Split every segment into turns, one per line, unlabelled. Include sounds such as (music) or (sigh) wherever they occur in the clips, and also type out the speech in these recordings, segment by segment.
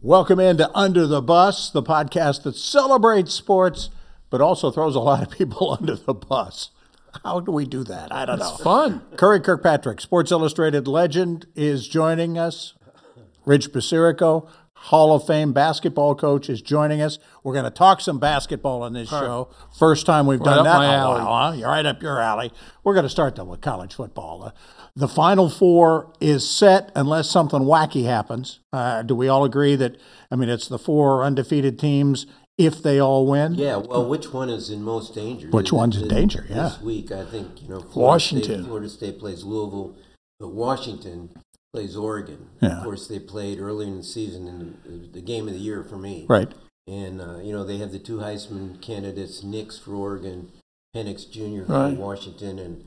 Welcome into Under the Bus, the podcast that celebrates sports but also throws a lot of people (laughs) under the bus. How do we do that? I don't know.
Fun.
Curry Kirkpatrick, Sports Illustrated legend, is joining us. Rich Basirico, Hall of Fame basketball coach, is joining us. We're going to talk some basketball on this show. First time we've done
up
that
my
in a
alley.
while, huh? You're right up your alley. We're going to start though with college football. Uh, The Final Four is set unless something wacky happens. Uh, do we all agree that? I mean, it's the four undefeated teams if they all win.
Yeah, well, which one is in most danger?
Which
Th-
one's in
th-
danger,
This
yeah.
week, I think you know Florida
Washington.
State, Florida State plays Louisville, but Washington plays Oregon.
Yeah.
Of course, they played earlier in the season, and it was the game of the year for me.
Right.
And uh, you know they have the two Heisman candidates, Nix for Oregon, Penix Jr.
Right.
for Washington, and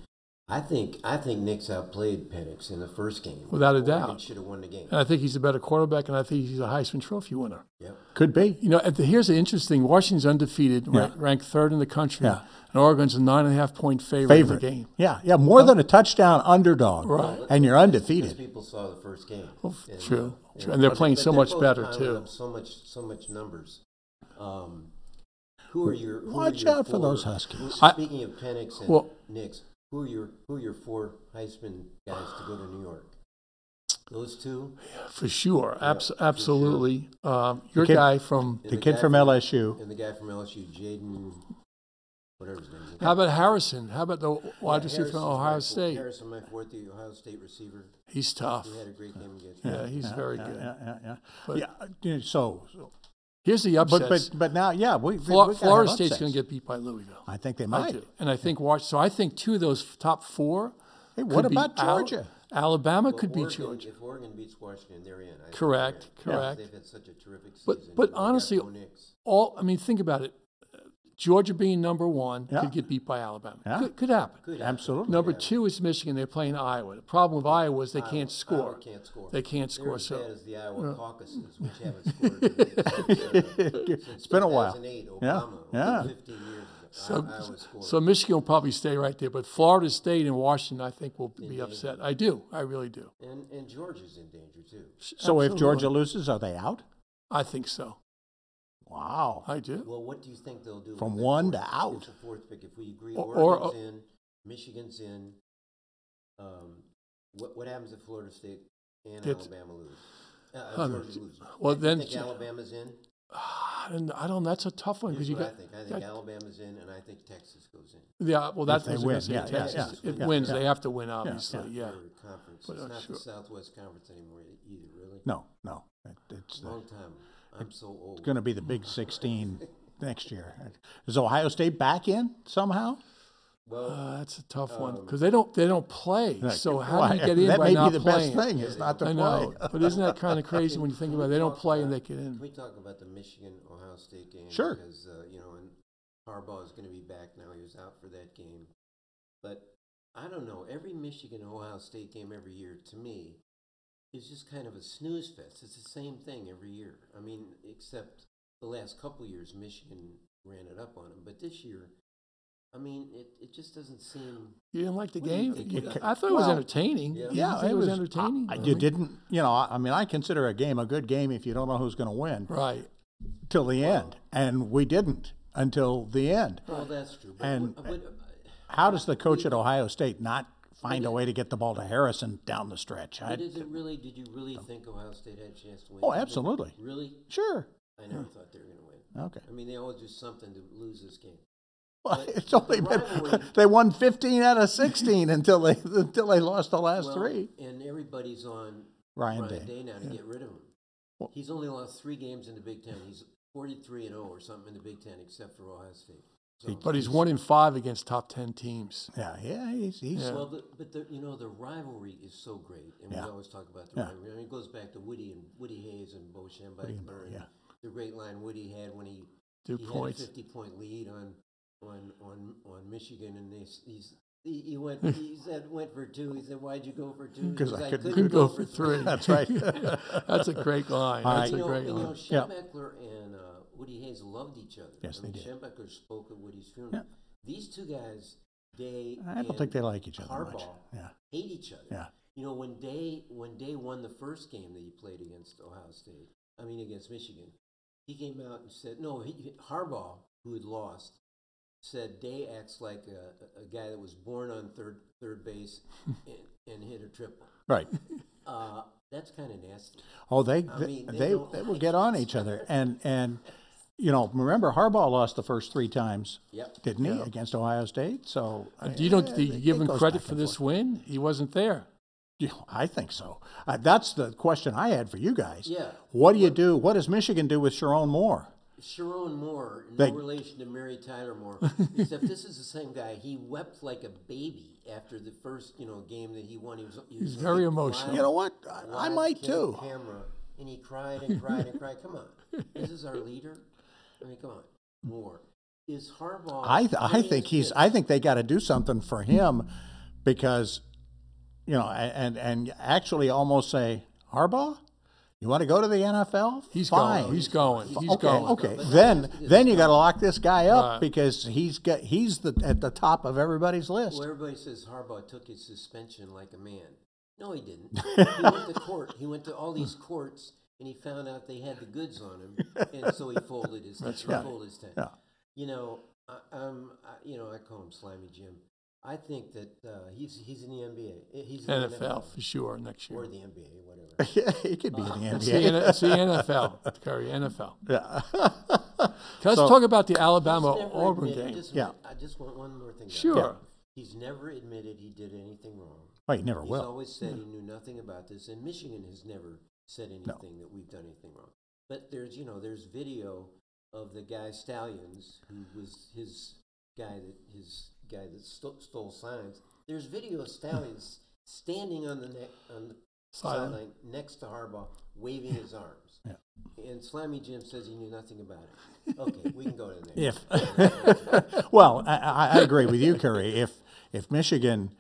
I think I think Nix outplayed Penix in the first game.
Without a
Oregon
doubt.
should have won the game.
And I think he's a better quarterback, and I think he's a Heisman Trophy winner.
Yep.
Could be.
You know, at the, here's the interesting Washington's undefeated,
Yeah.
ra- ranked third in the country,
Yeah.
and Oregon's a nine and a half point favorite,
Favorite.
in the game.
Yeah, yeah, more than a touchdown underdog.
Right.
And you're
Because
undefeated.
people saw the first game.
Well,
And,
true,
uh,
true. And they're
but-
playing
but
so
they're
much
both
better,
piling
too.
up So much, so much numbers. Um, who are your? Who
Watch
are your
out for
four-
those Huskies.
I-
Speaking of Penix and
Well-
Knicks, who are your who are your four Heisman guys to go to New York? Those two.
For sure.
Yeah,
Abs-
for sure.
absolutely. Um, your
Okay.
guy from,
and
The kid
guy
from LSU.
and the guy from LSU, Jaden, whatever his name is.
how about Harrison? How about the wide
Yeah,
receiver from
Harrison's my
Ohio
fourth-
State?
Harrison, my fourth, the Ohio State receiver.
He's tough.
He had a great game against.
Yeah, he's very
yeah,
good.
Yeah, yeah, yeah.
But-
yeah dude, so,
Here's the
but,
upsets.
but but now, yeah, we,
Flo-
we
Florida State's going to get beat by Louisville.
I think they
I
might.
do. And I think watch. So I think two of those f- top four.
Hey, what
could be
about
Al-
Georgia?
Alabama
Well,
could be
Oregon-
Georgia.
If Oregon beats Washington, they're in. I think
Correct,
they're in.
correct.
They've had such a terrific season.
But- but
They got
honestly-
Bo Nix.
All I mean, think about it. Georgia being number one
Yeah.
could get beat by Alabama.
Yeah.
Could, could happen.
Good
Absolutely.
Number two is Michigan. They're playing Iowa. The problem with Iowa is they
Iowa- Oh,
can't score.
Iowa can't score.
They can't
They're
score,
as
so-
bad as the Iowa
Yeah.
caucuses, which
(laughs)
haven't scored. in, uh, since
(laughs) It's been a while.
2008, Obama,
Yeah,
over
yeah.
15 years ago,
So,
Iowa scored.
so Michigan will probably stay right there, but Florida State and Washington, I think, will be upset. I do. I really do.
and, and Georgia's in danger, too.
So if
Absolutely.
Georgia loses, are they out?
I think so.
Wow.
I do.
Well, what do you think they'll do?
From
with the
one to
fourth-
out.
It's the fourth pick. If we agree,
Or- or- uh,
Oregon's in, Michigan's in. Um, what what happens if Florida State and
It's-
Alabama lose? Uh,
Huh.
Uh, Georgia loses.
Well,
Do you
then-
think Alabama's in.
I don't. I don't that's a tough one because
Here's
you
what
got.
I think. I think
got-
Alabama's in, and I think Texas goes in.
yeah. Well,
If
that's
they
what I was
win,
gonna say.
yeah,
yeah,
Texas.
yeah,
It
yeah,
wins.
yeah.
They have to win,
yeah.
obviously. Yeah.
Their Conference.
But,
it's
uh,
not
sure.
the Southwest Conference anymore e-, either. Really.
No, no. It- It's
Long time. I'm so old.
going to be the Big 16 next year. Is Ohio State back in somehow?
Well,
Uh, that's a tough one. 'Cause one
Um,
because they don't. They don't play. so how do you
Why? (laughs)
get in
That
by
may
not
be the
playing?
best thing is not to
I
play.
know, but isn't that
(laughs)
kind of crazy when you think about it? They don't play and they get
can
in.
we talk about the Michigan Ohio State game?
Sure.
Because uh, you know, and Harbaugh is going to be back now. He was out for that game, but I don't know. Every Michigan Ohio State game every year, to me, is just kind of a snooze fest. It's the same thing every year. I mean, except the last couple years, Michigan ran it up on them, but this year. I mean, it, it just doesn't seem.
You didn't like the
What do you
game?
think
You-
about
I thought it was
Well,
entertaining.
yeah.
You
Yeah,
think it was, entertaining.
I, I
mean,
didn't, you know, I, I mean, I consider a game a good game if you don't know who's going to win
Right.
till the end, and we didn't until the end.
Well, that's true. But
And-
what- uh, what-
How does the coach at Ohio State not find a way to get the ball to Harrison down the stretch? I,
But is it really? Did you really think Ohio State had a chance to win?
Oh,
Did you?
absolutely.
Really?
sure.
I never thought they were going to win.
Okay.
I mean, they always do something to lose this game.
Well, (laughs)
But
it's only
the
been
rivalry-
(laughs) they won 15 out of 16 until they (laughs) until they lost the last
Well,
three.
And everybody's on
Ryan,
Ryan,
Day.
Day. now to get rid of him.
Well-
He's only lost three games in the Big Ten. He's 43 and 0 or something in the Big Ten, except for Ohio State. So,
But he's one in five against top ten teams.
Yeah, yeah, he's, he's
Yeah.
Well, the, but the, you know the rivalry is so great, and
Yeah.
we always talk about the
Yeah.
rivalry. I mean, it goes back to Woody and Woody Hayes and Bo
Woody and Bo,
Schembechler, and
yeah.
the great line Woody had when he
Two
he
points.
had a 50 point lead on on on on Michigan, and they, s- he's, he,
(laughs)
he went he said went for two. He said, "Why'd you go for two? He
'Cause
says,
I couldn't
Could go for three.
(laughs) That's right.
(laughs) That's a great line.
All
That's
right.
a
you know,
great
you know
line.
Yeah.
Schembechler and uh, Woody Hayes loved each other.
Yes,
I
they
mean,
did.
Schembechler spoke at Woody's funeral.
Yeah.
These two guys, Day
I don't
and
think they like each other much.
Harbaugh,
Yeah.
hate each other.
Yeah.
You know, when Day when Day won the first game that he played against Ohio State, I mean, against Michigan. He came out and said, no, he, Harbaugh, who had lost, said Day acts like a, a guy that was born on third, third
(laughs)
base and, and hit a triple.
(laughs) Right.
Uh, that's kind of nasty.
Oh, they
I
they
mean, they
they,
don't
they will
like
get on each
(laughs)
other, and and you know, remember Harbaugh lost the first three times,
Yep.
didn't he, against Ohio State? So
Uh, Do you don't
eh,
do you
it
give him
goes
credit
back
for
and
this
forth.
win? He wasn't there.
Yeah, I think so. Uh, that's the question I had for you guys.
Yeah.
What do you do? What does Michigan do with Sharon Moore?
Sharon Moore, no
They-
relation to Mary Tyler
(laughs)
Moore, except this is the same guy. He wept like a baby after the first, you know, game that he won. He was, he was
He's very
like
emotional.
live-
You know what? I, I
live
might
kid on
too.
Camera, and he cried and cried and cried. Come on, this is our leader. I mean, come on, Moore is Harbaugh.
I th- I
playing
think
his
he's
fifth?
I think they got to do something for him because you know a- and and actually almost say Harbaugh, you want to go to the NFL?
He's
Fine.
Oh,
going. He's going. He's
okay,
going.
okay.
But
Then,
that's because
then you got to lock this guy up
Right.
because he's got he's the at the top of everybody's list. (laughs)
Well, everybody says Harbaugh took his suspension like a man. No,
(laughs)
he didn't. he went to court. He went to all these courts, and he found out they had the goods on him, and so he folded
(laughs)
his.
That's
he
right.
Folded his tent.
Yeah.
You know, I, I'm. I, you know, I call him Slimy Jim. I think that uh, he's he's in the NBA. He's in the
NFL for sure next year.
or the NBA, whatever.
it could be in the
It's the, N-
NBA.
it's the NFL, Curry, NFL.
(laughs) Yeah.
Let's
So-
talk about the
He's
Alabama
never
Auburn
admitted-
game.
just a
Yeah.
minute, I just want one more thing. Doc.
Sure.
He's never admitted he did anything wrong.
Oh, you never
He's
will.
always said he knew nothing about this, and Michigan has never said anything that we've done anything wrong. But there's, you know, there's video of the guy Stallions, who was his guy that his guy that sto- stole signs. There's video of
(laughs)
Stallions standing on the neck on the
Sideline.
sideline next to Harbaugh, waving his arms.
Yeah.
And Slimy Jim says he knew nothing about it. Okay, we can go to
(laughs)
the next.
If (laughs) well, I, I, I agree with you, Curry. If if Michigan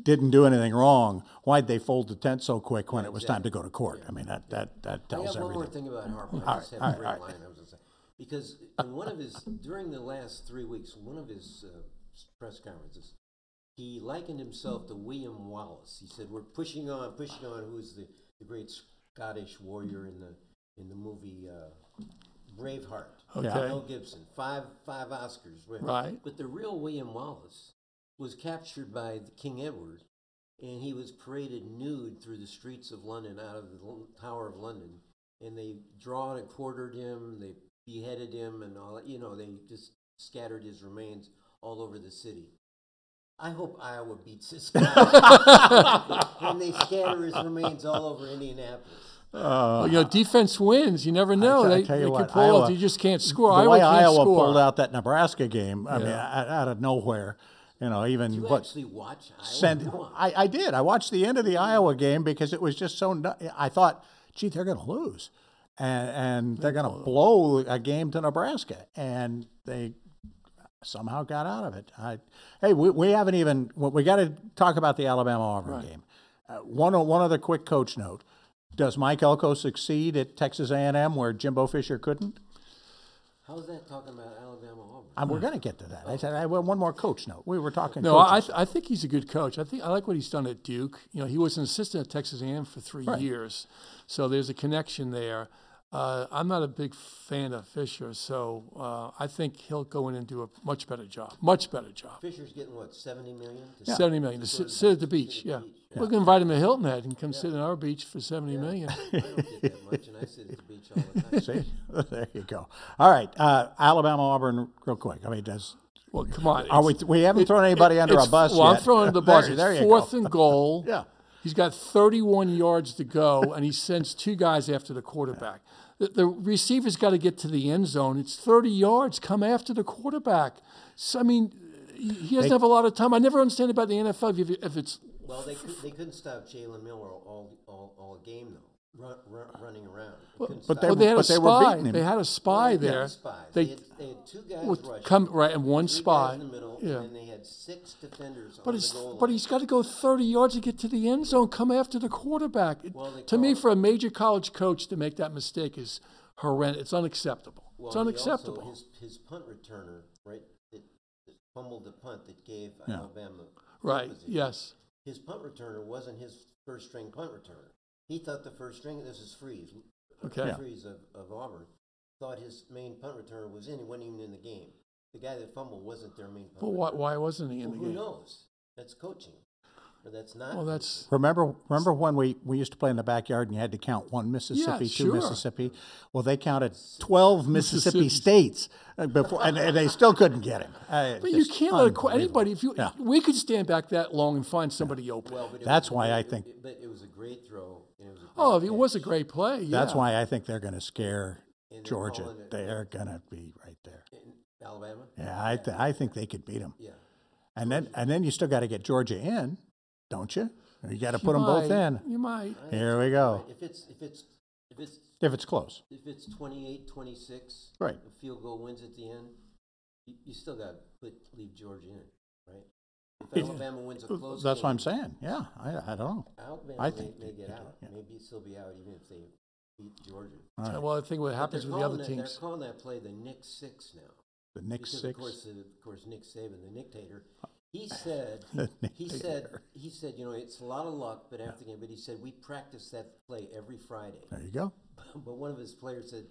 didn't do anything wrong, why'd they fold the tent so quick when it was time to go to court? I mean, that that that
I
tells
have one more
everything.
thing about Harper. I
All
just
right,
have
all
a great
right, all
line. I was gonna say. Because in one of his during the last three weeks, one of his uh, s- press conferences, he likened himself to William Wallace. He said, "We're pushing on, pushing on." Who's the, the great Scottish warrior in the in the movie uh, Braveheart?
Okay.
Mel Gibson, five five Oscars. win.
Right.
But the real William Wallace was captured by King Edward and he was paraded nude through the streets of London out of the L- Tower of London. And they drawn and quartered him, they beheaded him, and all that. You know, they just scattered his remains all over the city. I hope Iowa beats
(laughs)
this guy when they scatter his remains all over Indianapolis.
Uh,
Well, you know, defense wins. You never know.
I
they
tell you
they
what,
can pull
Iowa-
it. You just can't score.
the
Iowa
way
can't
Iowa
score.
pulled out that Nebraska game, I mean,
Yeah.
out, out of nowhere, you know, even
You
what
actually watch Iowa?
send.
Come on.
I, I did. I watched the end of the Iowa game because it was just so. nu- I thought, gee, they're going to lose, and and they're going to blow a game to Nebraska, and they somehow got out of it. I, hey, we, we haven't even. well, We got to talk about the Alabama Auburn game. Uh, one o- one other quick coach note: Does Mike Elko succeed at Texas A and M where Jimbo Fisher couldn't?
How's that talking about Alabama Auburn?
And we're going to get to that. I said, I, well, one more coach note. We were talking.
Hmm. No, I, I
coaches.
th- I think he's a good coach. I think I like what he's done at Duke. You know, he was an assistant at Texas A&M for three years, so there's a connection there. Uh, I'm not a big fan of Fisher, so uh, I think he'll go in and do a much better job. Much better job.
Fisher's getting what, 70 million? To
(laughs) Seventy million to sit, sit at the beach. Yeah, we can invite him to Hilton Head and come sit on our beach for seventy million.
I don't get that much, and I sit at the beach all the
(laughs)
time.
See, there you go. All right, uh, Alabama Auburn, real quick. I mean, does
Well, come on.
are we? We haven't thrown anybody under a
It's-
bus
Well,
yet.
I'm throwing
(laughs)
under the bus.
There,
It's
there you
fourth
go.
and goal.
(laughs) Yeah.
He's got 31 yards
(laughs)
to go, and he sends two guys after the quarterback. The, the receiver's got to get to the end zone. It's 30 yards. Come after the quarterback. So, I mean, he he doesn't have a lot of time. I never understand about the NFL if, you- if it's
Well, they, cou- they couldn't stop Jalen Miller all, all, all game, though, run, run, running around. They couldn't
but
stop
they
well,
were-
they had a
but they were
spy.
beating him.
They had a spy
him. They had
there.
spies. They,
They,
had, they had two guys
would
rushing.
come right and one
three guys
spy.
in the middle,
yeah.
and then they had six defenders
But
on
it's
the goal
but
line.
he's got to go 30 yards to get to the end zone. Come after the quarterback. It-
Well, they
to me,
call-
for a major college coach to make that mistake is horrendous. It's unacceptable.
Well,
it's
he also-
unacceptable.
his, his punt returner, right, that that fumbled the punt that gave
Yeah.
Alabama.
right?
position.
Yes.
His punt returner wasn't his first string punt returner. He thought the first string, this is freeze.
Okay.
Freeze of, of Auburn thought his main punt returner was in. He wasn't even in the game. The guy that fumbled wasn't their main punt.
But why,
returner.
why wasn't he in the
Well, who
game?
knows? That's coaching, or that's not.
Well,
coaching.
that's
Remember, remember when we, we used to play in the backyard and you had to count one Mississippi, two
sure.
Mississippi. Well, they counted
(laughs)
twelve Mississippi
Mississippi.
states uh, before, and, and they still couldn't get him. Uh,
But you
just
can't let a qu-
unbelievable.
anybody. If you,
Yeah.
we could stand back that long and find somebody open.
Well, but it
That's
was a
why
great-
I think-
it- But it was a great throw. And it was a great
oh, it was a
catch.
great play. Yeah.
That's why I think they're going to scare
And they're
Georgia.
calling it-
They're going to be right there.
In Alabama.
Yeah, I th- I think they could beat them.
Yeah.
And then and then you still got to get Georgia in, don't you? You got to put them both
might-
in.
You might.
Here
I think
we
you're
go.
right. If it's if it's if it's
If it's close,
if it's 28, 26,
Right.
the field goal wins at the end. You, you still got to put leave Georgia in, right? If
Yeah.
Alabama wins a close,
that's what I'm
game,
saying. Yeah, I, I don't know.
Alabama
I
may,
think
may
they could
get
do
out.
it, yeah.
Maybe still be out even if they beat Georgia.
All right.
Well, I think what
But
happens
they're
with the other
calling that-
teams.
They're calling that play the Nick Six now.
the Nick
because
six.
of course, the, of course, Nick Saban, the dictator, he said,
(laughs) The
he said,
dictator.
he said, you know, it's a lot of luck, but after the game, but he said we practice that play every Friday.
There you go.
(laughs) But one of his players said,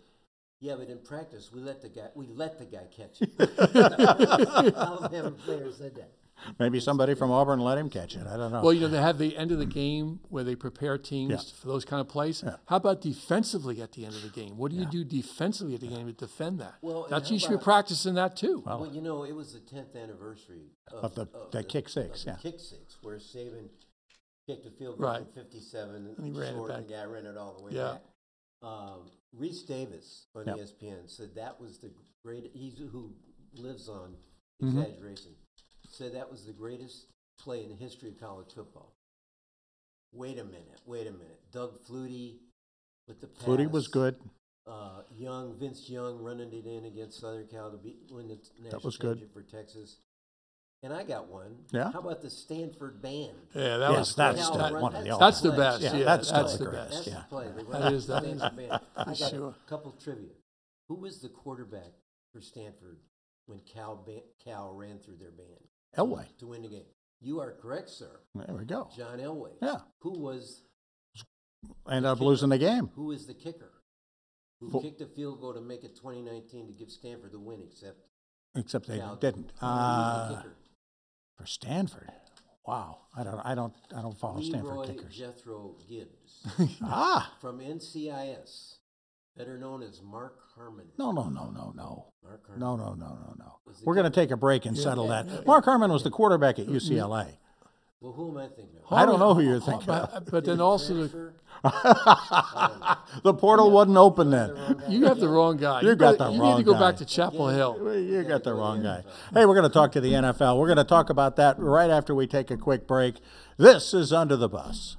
yeah, but in practice, we let the guy, we let the guy catch (laughs) it. Alabama player said that.
Maybe somebody from Auburn let him catch it. I don't know.
Well, you know, they have the end of the game where they prepare teams
Oh. Mm. Yeah.
for those kind of plays.
Yeah.
How about defensively at the end of the game? What do you do defensively at the game to defend that?
Well, and
That's
how
you should be
about-
practicing that too.
Well,
Well, you know, it was the tenth anniversary
Of the- the kick six,
of the
yeah.
kick six, where Saban kicked a field goal
Right.
from fifty-seven,
And he ran it
short,
back.
and the guy ran it all the way
Yeah.
back. Um, Reese Davis on E
Yep.
ESPN said that was the great. He's who lives on
Mhm.
exaggeration. Said that was the greatest play in the history of college football. Wait a minute, wait a minute. Doug Flutie with the pass
Flutie was good.
uh, Young, Vince Young running it in against Southern Cal to beat, win the national
was good.
championship for Texas. And I got one.
Yeah?
How about the Stanford band?
yeah, that
Yes,
was
that's
great.
still
That-
one of the
That's the
play.
best. Yeah,
that's still
that's
the
the
greatest,
best.
That's
yeah.
the play. They
That
run
is-
the
that is- (laughs)
Stanford band. I got
Sure.
a couple trivia. Who was the quarterback for Stanford when Cal, ban- Cal ran through their band?
Elway.
To win the game. You are correct, sir.
There we go.
John Elway.
Yeah.
Who was
Ended up losing the game.
Who is the kicker? Who
Fo-
kicked a field goal to make it 2019 to give Stanford the win, except
Except they
Cal-
didn't.
Who was the
Uh,
kicker?
for Stanford. Wow. I don't. I don't. I don't follow
Leroy
Stanford kickers.
Jethro
(laughs)
Gibbs
ah.
from NCIS, better known as Mark Harmon.
No. No. No. No. No.
Mark Harmon.
No, no, no, no, no.
Was it
We're going to take a break and settle that. Mark Harmon was the quarterback
Mm-hmm.
at UCLA.
Well, who am I thinking of?
I don't know who
oh,
you're thinking of.
But, but
Did
then
he
also, the,
transfer?
The portal wasn't open
The
then.
wrong guy.
you have the wrong guy.
You got
gotta-
the
you
wrong
need to go
guy.
back to Chapel Hill.
Well, You got the
go to
wrong
the
guy.
NFL.
Hey, we're going to talk to the NFL. We're going to talk about that right after we take a quick break. This is Under the Bus.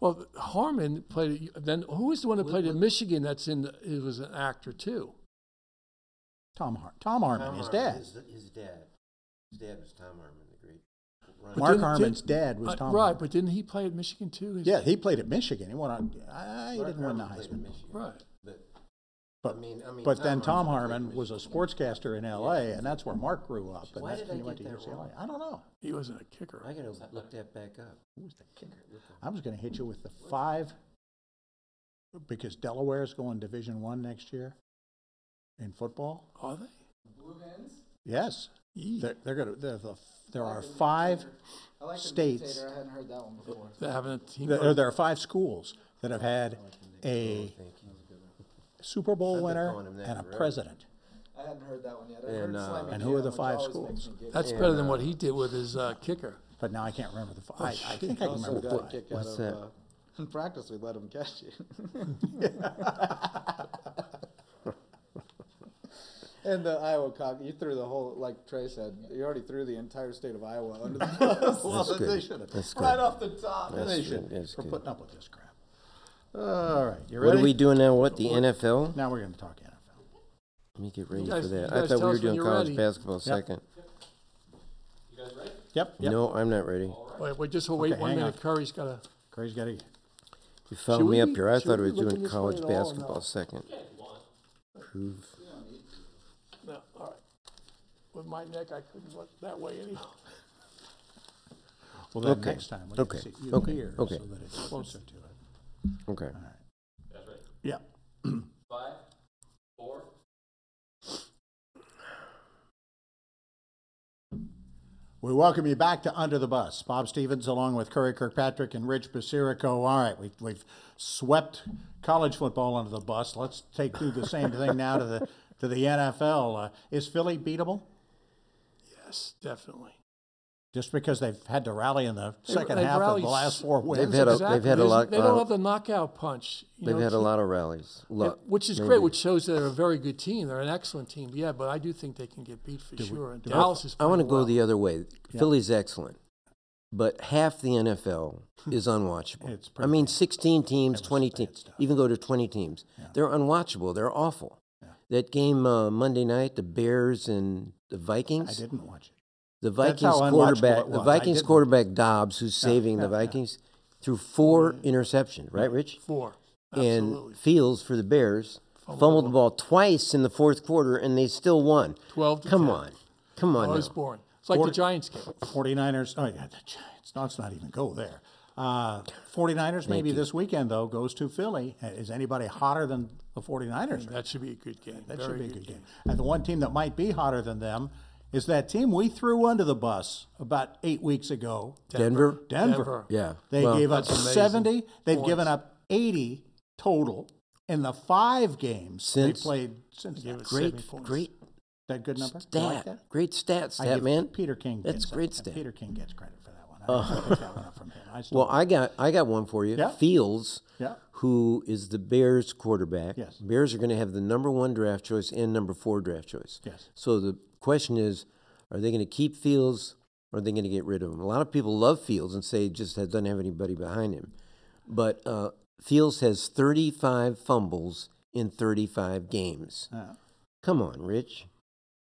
Well, Harmon played. at- Then who was the one that played at Michigan? That's in. The, it was an actor too.
Tom Har- Tom
Tom
Harmon, his dad.
His, his dad. His dad was Tom Harmon, the great. running
Mark
didn't-
Harmon's
didn't-
dad was
Uh,
Tom.
right,
Harmon.
but didn't he play at Michigan too? His-
Yeah, he played at Michigan. He won. on- I he
Mark
didn't win the
Harmon played at
Heisman.
Michigan,
Right.
But
But,
I mean- I mean,
but
Tom
then Tom
Harmon's a
Harmon
great
was a
Michigan
sportscaster in L.A., and that's where Mark grew up, and
Why
that's
did
when
I
he went to
get that
UCLA.
wrong?
I don't know.
He wasn't a kicker.
I gotta look that back up.
Who was the kicker? I was going to hit you with the five because Delaware's going Division One next year in football.
Are they?
Yes,
Yee.
they're, they're going to. They're the, there are five states.
I hadn't heard that one before.
They haven't a team.
There, there are five schools that have had a
Oh, Thank you.
Super Bowl
I've been
winner
calling him that
and a
forever.
president.
I hadn't heard that one yet. I
Yeah,
heard
no.
Slimy
And who are the
Jam, which
five
always makes
schools?
me giggle.
That's better than what he did with his uh, kicker.
But now I can't remember the five. I, I think I can
Also
remember the
got a
five.
kick out
What's
of,
that?
uh, (laughs) in practice, we let him catch you. (laughs) and the Iowa cop, you threw the whole, like Trey said, you already threw the entire state of Iowa under
(laughs)
the bus. (laughs)
Well,
That's
they
good.
should have.
That's
Right
good.
off the top,
That's
they should.
good. That's
for
good.
putting up with this crap. All right, you
What
ready?
are we doing now? What the NFL?
Now we're going to talk NFL.
Let me get ready
guys-
for
you
that.
guys
I thought
tell
we were
us when
doing
you're
college
ready.
basketball second.
Yep. yep.
No, I'm not ready.
Wait, wait, just wait
Okay,
one
hang
minute.
on.
Curry's got a.
Corey's got to.
You followed
Should
me up
we-
here. I
should
thought
we
we
be
were
looking
doing
this way
college
at all or
basketball
not?
second. Prove.
No, all right. With my neck, I couldn't look that way anyhow.
Well, then
Okay.
next time we can
Okay.
see you
Okay.
here
Okay.
so that it's closer to it.
Okay.
Yeah.
Five, four.
(clears throat) We welcome you back to Under the Bus. Bob Stevens, along with Curry Kirkpatrick and Rich Basirico. All right, we've, we've swept college football under the bus. Let's take do the same thing now to the to the NFL. Uh, is Philly beatable?
Yes, definitely.
Just because they've had to rally in the
They-
second
they've
half of
rallied
the
s-
last four
they've
wins.
That's
had a- they've had a
There's-
lot-
They don't
uh,
have the knockout punch. you
They've
know,
had a
to-
lot of rallies.
yeah,
Luck,
which is
maybe.
great, which shows they're a very good team. They're an excellent team. Yeah, but I do think they can get beat for sure. And Dallas is.
I want to
playing
go
well.
the other way. Philly's excellent, but half the NFL is unwatchable.
Hmm. It's
I
pretty
mean, 16 teams, 20
bad
teams,
stuff.
even go to 20 teams. They're unwatchable. They're awful. That game uh, Monday night, the Bears and the
I
Vikings.
didn't watch it.
The
That's
Vikings
how unwatchable it
quarterback, the
was. I
Vikings
didn't-
quarterback Dobbs, who's saving
yeah,
the
yeah.
Vikings, threw four interceptions. Right, Rich?
four. Absolutely.
And Fields for the Bears fumbled the ball twice in the fourth quarter, and they still won.
12 to
Come
10.
on, come on.
Oh, it's
now.
boring. It's like
Forty-
the Giants game.
49ers. Oh, yeah, the Giants. No, let's not even go there. Uh, 49ers maybe this weekend, though, goes to Philly. Uh, Is anybody hotter than the 49ers?
That should be a good game.
That
Very
should be a good game. And the one team that might be hotter than them is that team we threw under the bus about eight weeks ago,
Denver.
Denver.
Denver.
Yeah.
They
well,
gave up
that's amazing.
70. They've
Points.
given up 80 total in the five games
Since-
they played since.
Give
Is
us
great,
70 points.
great
that good number?
stat.
You like that?
Great stat,
I
stat
give
man.
Peter King.
That's
gets that.
great
Yeah,
stat.
Peter King gets credit for that one. I didn't pick that one up from him. I still-
Well, I got I got one for you.
Yeah.
Fields,
Yeah.
who is the Bears quarterback.
Yes.
Bears are going to have the number one draft choice and number four draft choice.
Yes.
So the question is, are they going to keep Fields or are they going to get rid of him? A lot of people love Fields and say he just doesn't have anybody behind him. But uh, Fields has 35 fumbles in 35 games.
Yeah.
Come on, Rich.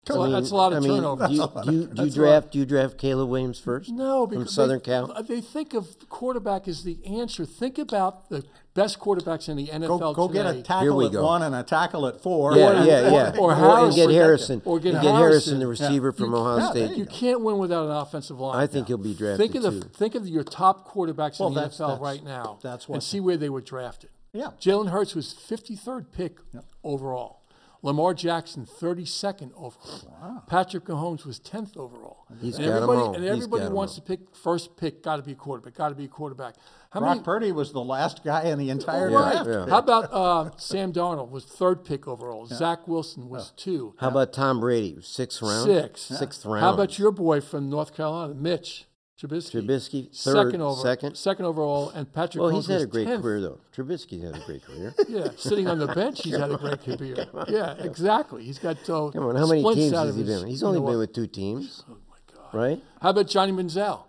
Come on, that's a lot of turnovers.
Do you,
That's a lot.
do you, do you
That's a lot.
draft? Do you draft Caleb Williams first?
No,
from
because
Southern
they,
Cal.
They think of quarterback as the answer. Think about the best quarterbacks in the NFL
go, go
today.
get a
Here
tackle
we
at
go.
one and a tackle at four.
Yeah,
Or- (laughs)
yeah, yeah.
or
and
Harrison.
get Harrison.
Or get
and get Harrison,
Harrison.
the receiver from
You-
Ohio
yeah, there
State.
You can't win without an offensive line.
I think he'll be drafted
Think of the
too.
think of your top quarterbacks
Well,
in the
that's-
NFL
that's-
right now,
that's what-
and see where they were drafted.
Yeah.
Jalen Hurts was 53rd pick overall. Lamar Jackson 32nd overall. Patrick Mahomes was 10th overall.
He's
and
got 'em
everybody
all.
and
He's
everybody
got 'em
wants
all.
to pick first pick. Got to be a quarterback. Got to be a quarterback. How
Brock
many?
Purdy was the last guy in the entire
Yeah,
draft.
yeah.
How about uh, Sam Darnold was third pick overall. Zach Wilson was two.
How about Tom Brady? Sixth round.
Six.
Sixth round.
How about your boy from North Carolina, Mitch Trubisky?
Trubisky? Third,
second over,
second.
overall, and Patrick.
Well,
Mahomes
he's had
was
a great
10th.
career though. Trubisky's had a great
(laughs)
career.
Yeah, sitting
(laughs)
on the bench, he's had a great career. Yeah, exactly. He's got uh,
Come on, how many
splints
teams
out
has
of
he
his-
been? with? He's
you
only
know
been
what?
with two teams,
Oh my God.
right?
How about Johnny Manziel?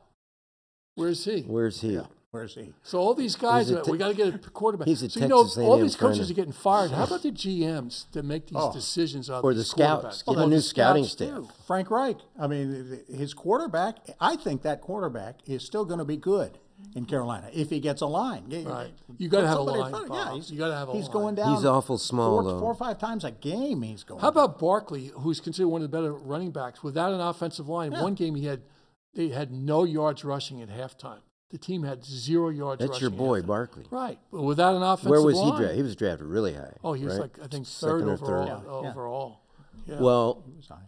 Where's he?
Where's he?
Where's he?
So all these guys,
He's a
are-
Te-
we got to get a quarterback.
he's a
so you know,
Texas
all
A&M
these coaches
trainer.
are getting fired.
(sighs)
How about the GMs that make these decisions on
Oh. Or
these
the scouts.
quarterbacks?
Get
Well,
a new
the
scouting
scouts
staff.
do.
Frank Reich. I mean, his quarterback. I think that quarterback is still going to be good in Carolina if he gets a line. Yeah,
Right.
put
You gotta have a
somebody in
line,
front of-
Bob.
Yeah, he's,
You gotta have a
He's
line.
going down.
He's awful small
four,
though.
four or five times a game. He's going.
How about Barkley, who's considered one of the better running backs, without an offensive line? One game he had, they had no yards rushing at halftime. The team had zero yards.
That's your
rushing at
boy
halftime.
Barkley.
Right, but without an offensive
Where was he
line,
drafted? He was drafted really high.
Oh, he was
right?
like I think third
Second or
overall.
third.
Yeah,
uh,
yeah.
Overall, yeah.
Well,
Sorry.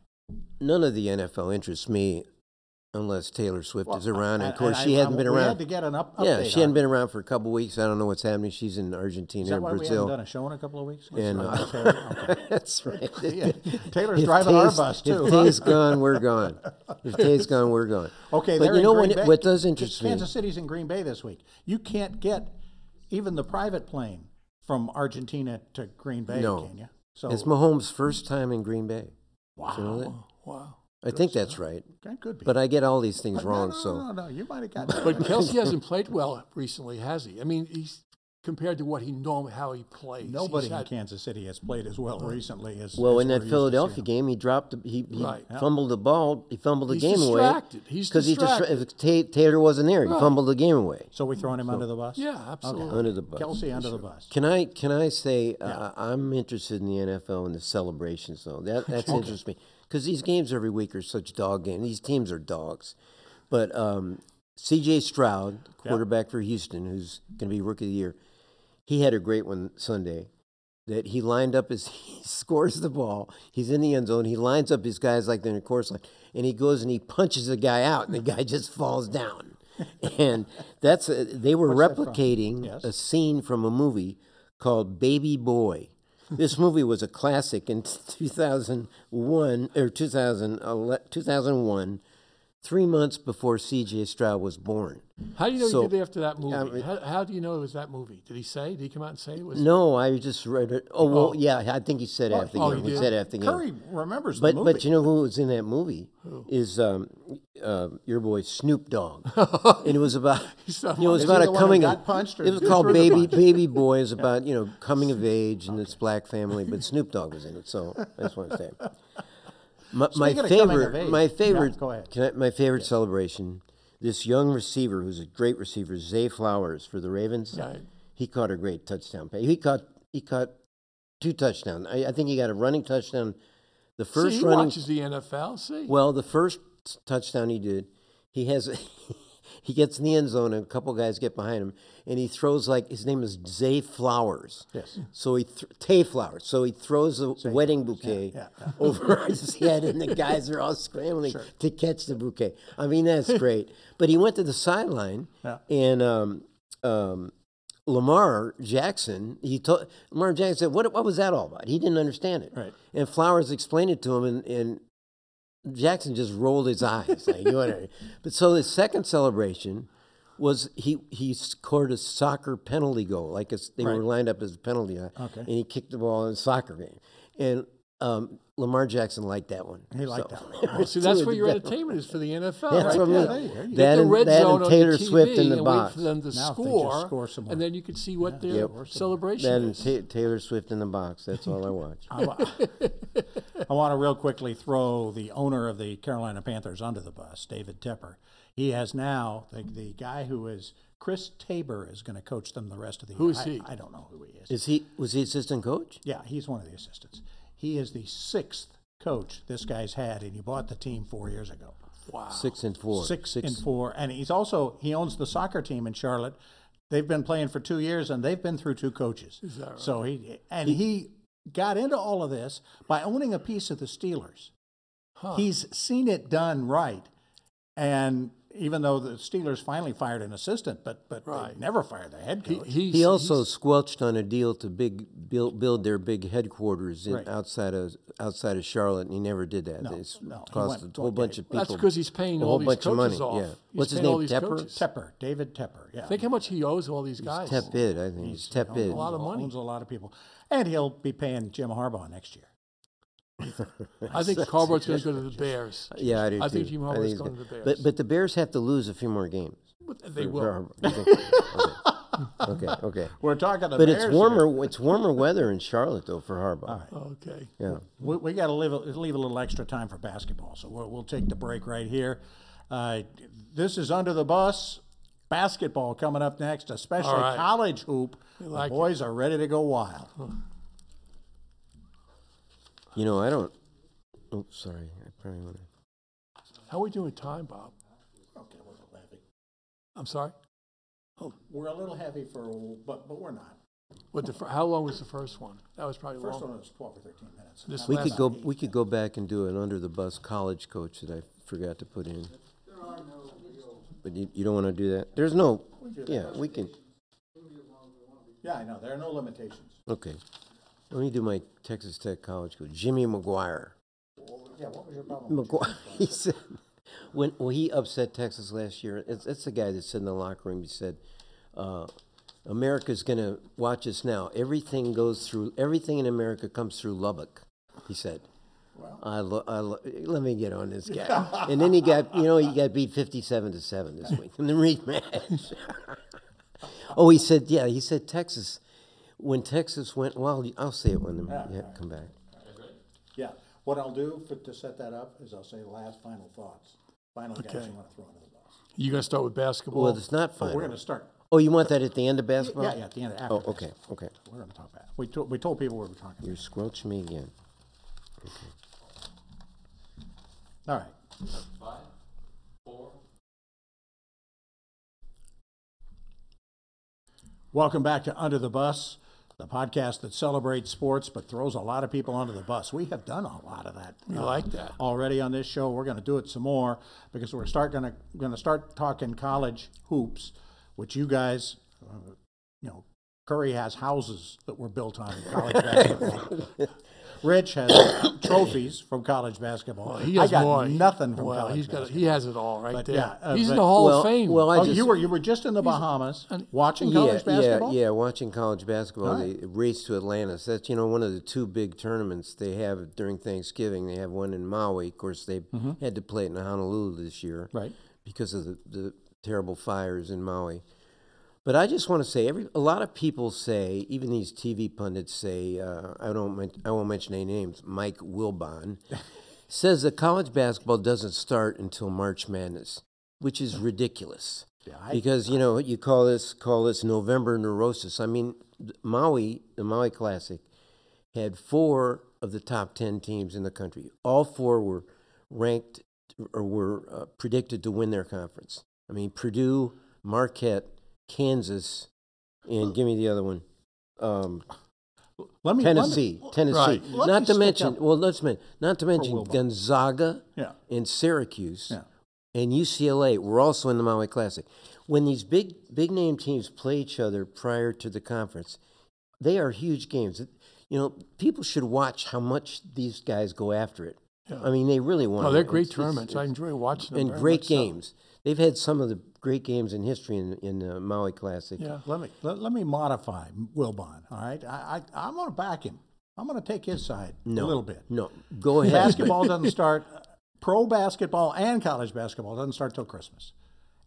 none of the NFL interests me unless Taylor Swift is around. And of course,
I-
she
I-
hasn't been
we had
around.
to get an up.
yeah,
update
she hadn't
on it.
been around for a couple weeks. I don't know what's happening. She's in
Is
Argentina
that
or
why we haven't done
Brazil.
a show in a couple of weeks?
And
Sorry,
uh,
Taylor. Okay.
(laughs) that's right.
(laughs) Yeah, Taylor's
If
driving our
Tay's-
bus too. (laughs)
If Tay's gone, we're gone. If Tay's gone, we're gone.
Okay,
but
they're
you
in
know
Green
what?
Bay.
What does interest me?
Kansas City's in Green Bay this week. You can't get even the private plane from Argentina to Green Bay,
No.
can you? So
It's Mahomes' first time in Green Bay. Wow.
wow.
I think that's right.
that could be.
But I get all these things
no,
wrong.
no,
so
no, no, you might have got.
But Kelsey hasn't played well recently, has he? I mean, he's compared to what he normally how he plays.
nobody
he's
in
had-
Kansas City has played as well recently as.
well,
as
in
we're
that
used to
Philadelphia
seeing.
game, he dropped. the- He, he
Right. Yeah.
fumbled the ball. He fumbled the
He's
game
distracted.
away.
He's
he distra-
distracted.
if Ta- Taylor wasn't there, he
Right.
fumbled the game away
So we throwing him under the bus.
Yeah, absolutely.
under the bus.
Kelsey under the bus.
Can I can I say uh, I'm interested in the NFL and the celebrations though that that's interests me because these games every week are such dog games. These teams are dogs, but um, C.J. Stroud, quarterback for Houston, who's going to be rookie of the year, he had a great one Sunday. that he lined up as (laughs) he scores the ball. He's in the end zone. He lines up his guys like they're in a course line, and he goes and he punches a guy out, and the guy (laughs) just falls down. and that's a, they were replicating
Yes.
a scene from a movie called Baby Boy.
(laughs)
This movie was a classic in (laughs) 2001 or 2000, 2001, three months before C.J. Stroud was born.
How do you know
So-
he did after that movie?
I mean-
how, how do you know it was that movie? Did he say? Did he come out and say it was?
No, I just read it. Oh, well,
Oh.
yeah, I think he said after
oh,
the game.
he
He
did?
said after the game.
Curry remembers
But
the movie.
but you know who was in that movie is um, uh, your boy
(laughs)
Snoop Dogg, and it was about
So
you know it was
Is he
about
the
a
one who
coming.
got punched or
it was
who
called
threw the
Baby
punch?
Baby Boy. Is about
(laughs)
you know coming of age and this black family, but Snoop Dogg was in it, so that's what
(laughs)
I'm saying. My, my
Speaking of coming of
favorite,
age-
my
Yeah,
favorite,
go ahead.
can I- my favorite celebration. This young receiver, who's a great receiver, Zay Flowers for the Ravens.
Right.
He caught a great touchdown pass. He caught he caught two touchdowns. I, I think he got a running touchdown. The first
See, he
running
watches the NFL. See,
well, the first touchdown he did, he has (laughs) he gets in the end zone and a couple guys get behind him and he throws like his name is Zay Flowers.
Yes.
So he th- Tay Flowers. So he throws a wedding bouquet
yeah, yeah.
(laughs) over his head and the guys are all scrambling to catch the bouquet. I
(laughs)
mean that's great. But he went to the sideline
Yeah.
and um um Lamar Jackson, he told Lamar Jackson said, what, what was that all about? He didn't understand it.
Right.
And Flowers explained it to him, and, and Jackson just rolled his eyes. Like, you know, (laughs) but so the second celebration was he he scored a soccer penalty goal. Like it's, they were
Right.
lined up as a penalty, uh,
Okay.
and he kicked the ball in a soccer game. And um, Lamar Jackson liked that one.
He liked
(laughs) So-
that one.
there were
Oh, see, that's
two
what
of
your
them.
entertainment is for the NFL.
Yeah, that's
right
what I
there.
mean.
there you go. You
Get
That
the
and-
red
that
zone
and Taylor
on your
Swift
TV
in the
and
box.
wait for them to
Now if they just
score,
score some
and
more.
then you could see what
Yeah.
their
Yep.
celebration
That and
is.
Ta- Taylor Swift in the box. That's all
(laughs)
I watch.
I wa- I want to real quickly throw the owner of the Carolina Panthers under the bus, David Tepper. He has now the, the guy who is Chris Tabor is going to coach them the rest of the
Who
year.
is
I-
he?
I, don't know who he is.
Is he was he assistant coach?
Yeah, he's one of the assistants. He is the sixth coach this guy's had, and he bought the team four years ago.
wow.
Six and four.
Six, and four, and he's also he owns the soccer team in Charlotte. They've been playing for two years, and they've been through two coaches.
Is that right?
So he and he got into all of this by owning a piece of the Steelers.
Huh.
He's seen it done right, and even though the Steelers finally fired an assistant, but but
Right.
they never fired the head
He-
coach.
he's-
He also
he's-
squelched on a deal to big build, build their big headquarters in,
Right.
outside of outside of Charlotte, and he never did that.
No,
it's
no, he
cost
went-
a whole
okay,
bunch of people.
that's because he's paying
a
all
whole
these
bunch of money,
coaches off.
yeah.
He's
What's his
paying all
name,
these
Tepper?
coaches.
Tepper, David Tepper. Yeah,
Think how much he owes all these guys.
Tep bid, I think he's tep
owns
bid.
A lot of money.
Owns a lot of people, and he'll be paying Jim Harbaugh next year.
I think Carbard's going to go to the Bears.
Yeah, I do
I
too.
think Jim Harbaugh
he's
is going to
gonna-
the Bears.
But but the Bears have to lose a few more games.
But they
for-
will.
for Harbaugh.
(laughs)
okay. okay, okay.
We're talking the
But
Bears
it's
here.
warmer. It's warmer weather in Charlotte though for Harbaugh.
Okay.
Yeah.
We, we got to leave, a- leave a little extra time for basketball, so we'll, we'll take the break right here. Uh, this is under the bus. Basketball coming up next, especially
All right.
college hoop.
like it.
the boys are ready to go wild.
You know I don't. Oh, sorry. I probably want to.
How are we doing time, Bob? I'm sorry.
Oh, We're a little heavy for, but but we're not.
What the? fir- How long was the first one? That was probably
First
long.
one was twelve or thirteen minutes.
This
We
last-
could go. We could go back and do an under the bus college coach that I forgot to put in. But you, you don't want to do that. There's no. Yeah, we can.
Yeah, I know. There are no limitations.
Okay. Let me do my Texas Tech college coach, Jimmy McGuire.
Yeah, what was your problem?
McGuire. (laughs) He said when well he upset Texas last year. It's it's the guy that said in the locker room. He said, uh, "America's gonna watch us now. Everything goes through. Everything in America comes through Lubbock." He said. I, lo- I lo- let me get on this guy, and then he got you know he got beat fifty-seven to seven this week in the rematch. oh, he said yeah. He said Texas when Texas went. Well, I'll say it when the yeah, come back.
Yeah, what I'll do for, to set that up is I'll say last final thoughts, final guys
Okay.
you want to throw under the bus.
You going to start with basketball?
Well, it's not
But
final.
we're going to start.
Oh, you want that at the end of basketball?
Yeah, yeah, at the end. After
Oh,
this.
okay, okay.
We're going to talk about. It. We told we told people we were talking.
You squelch me again.
All right.
Five, four,
Welcome back to Under the Bus. the podcast that celebrates sports but throws a lot of people under the bus. We have done a lot of that. uh,
We like that.
already on this show. We're going to do it some more because we're start going to going to start talking college hoops, which you guys, uh, you know, Curry has houses that were built on college
(laughs)
basketball. Rich has trophies from college basketball.
Well, he
I
has
got
more.
nothing from
well,
college
he's got
basketball.
he has it all right
But,
there.
yeah, uh,
he's in
but-
the Hall
well,
of Fame.
well, I
oh,
just,
you were you were just in the Bahamas watching college
yeah,
basketball.
Yeah, yeah, watching college basketball,
Right.
the race to Atlantis. That's you know one of the two big tournaments they have during Thanksgiving. They have one in Maui. Of course, they had to play it in Honolulu this year,
Mm-hmm. Right.
Because of the, the terrible fires in Maui. But I just want to say, every a lot of people say, even these TV pundits say, uh, I don't, men- I won't mention any names.
(laughs)
Mike Wilbon says that college basketball doesn't start until March Madness, which is ridiculous.
Yeah, I-
because you know you call this call this November neurosis. I mean, th- Maui, the Maui Classic, had four of the top ten teams in the country. All four were ranked or were uh, predicted to win their conference. I mean, Purdue, Marquette, Kansas, and give me the other one. Um,
Let me let me-
Tennessee, Tennessee.
Right.
Let me
Not to
stick
mention,
up-
well, let's men- not to mention
Wilbon.
Gonzaga
Yeah.
and Syracuse
Yeah.
and UCLA were also in the Maui Classic. When these big big name teams play each other prior to the conference, they are huge games. You know, people should watch how much these guys go after it. I mean, they really want.
no,
to.
Oh, they're great
It's- it's-
tournaments. I
it's-
enjoy watching them.
and
very
great
much so.
games. They've had some of the great games in history in in the Maui Classic.
Yeah.
Let me let, let me modify Wilbon. All right, I, I I'm going to back him. I'm going to take his side
No,
a little bit.
No, go (laughs) ahead.
Basketball doesn't start. Pro basketball and college basketball doesn't start till Christmas.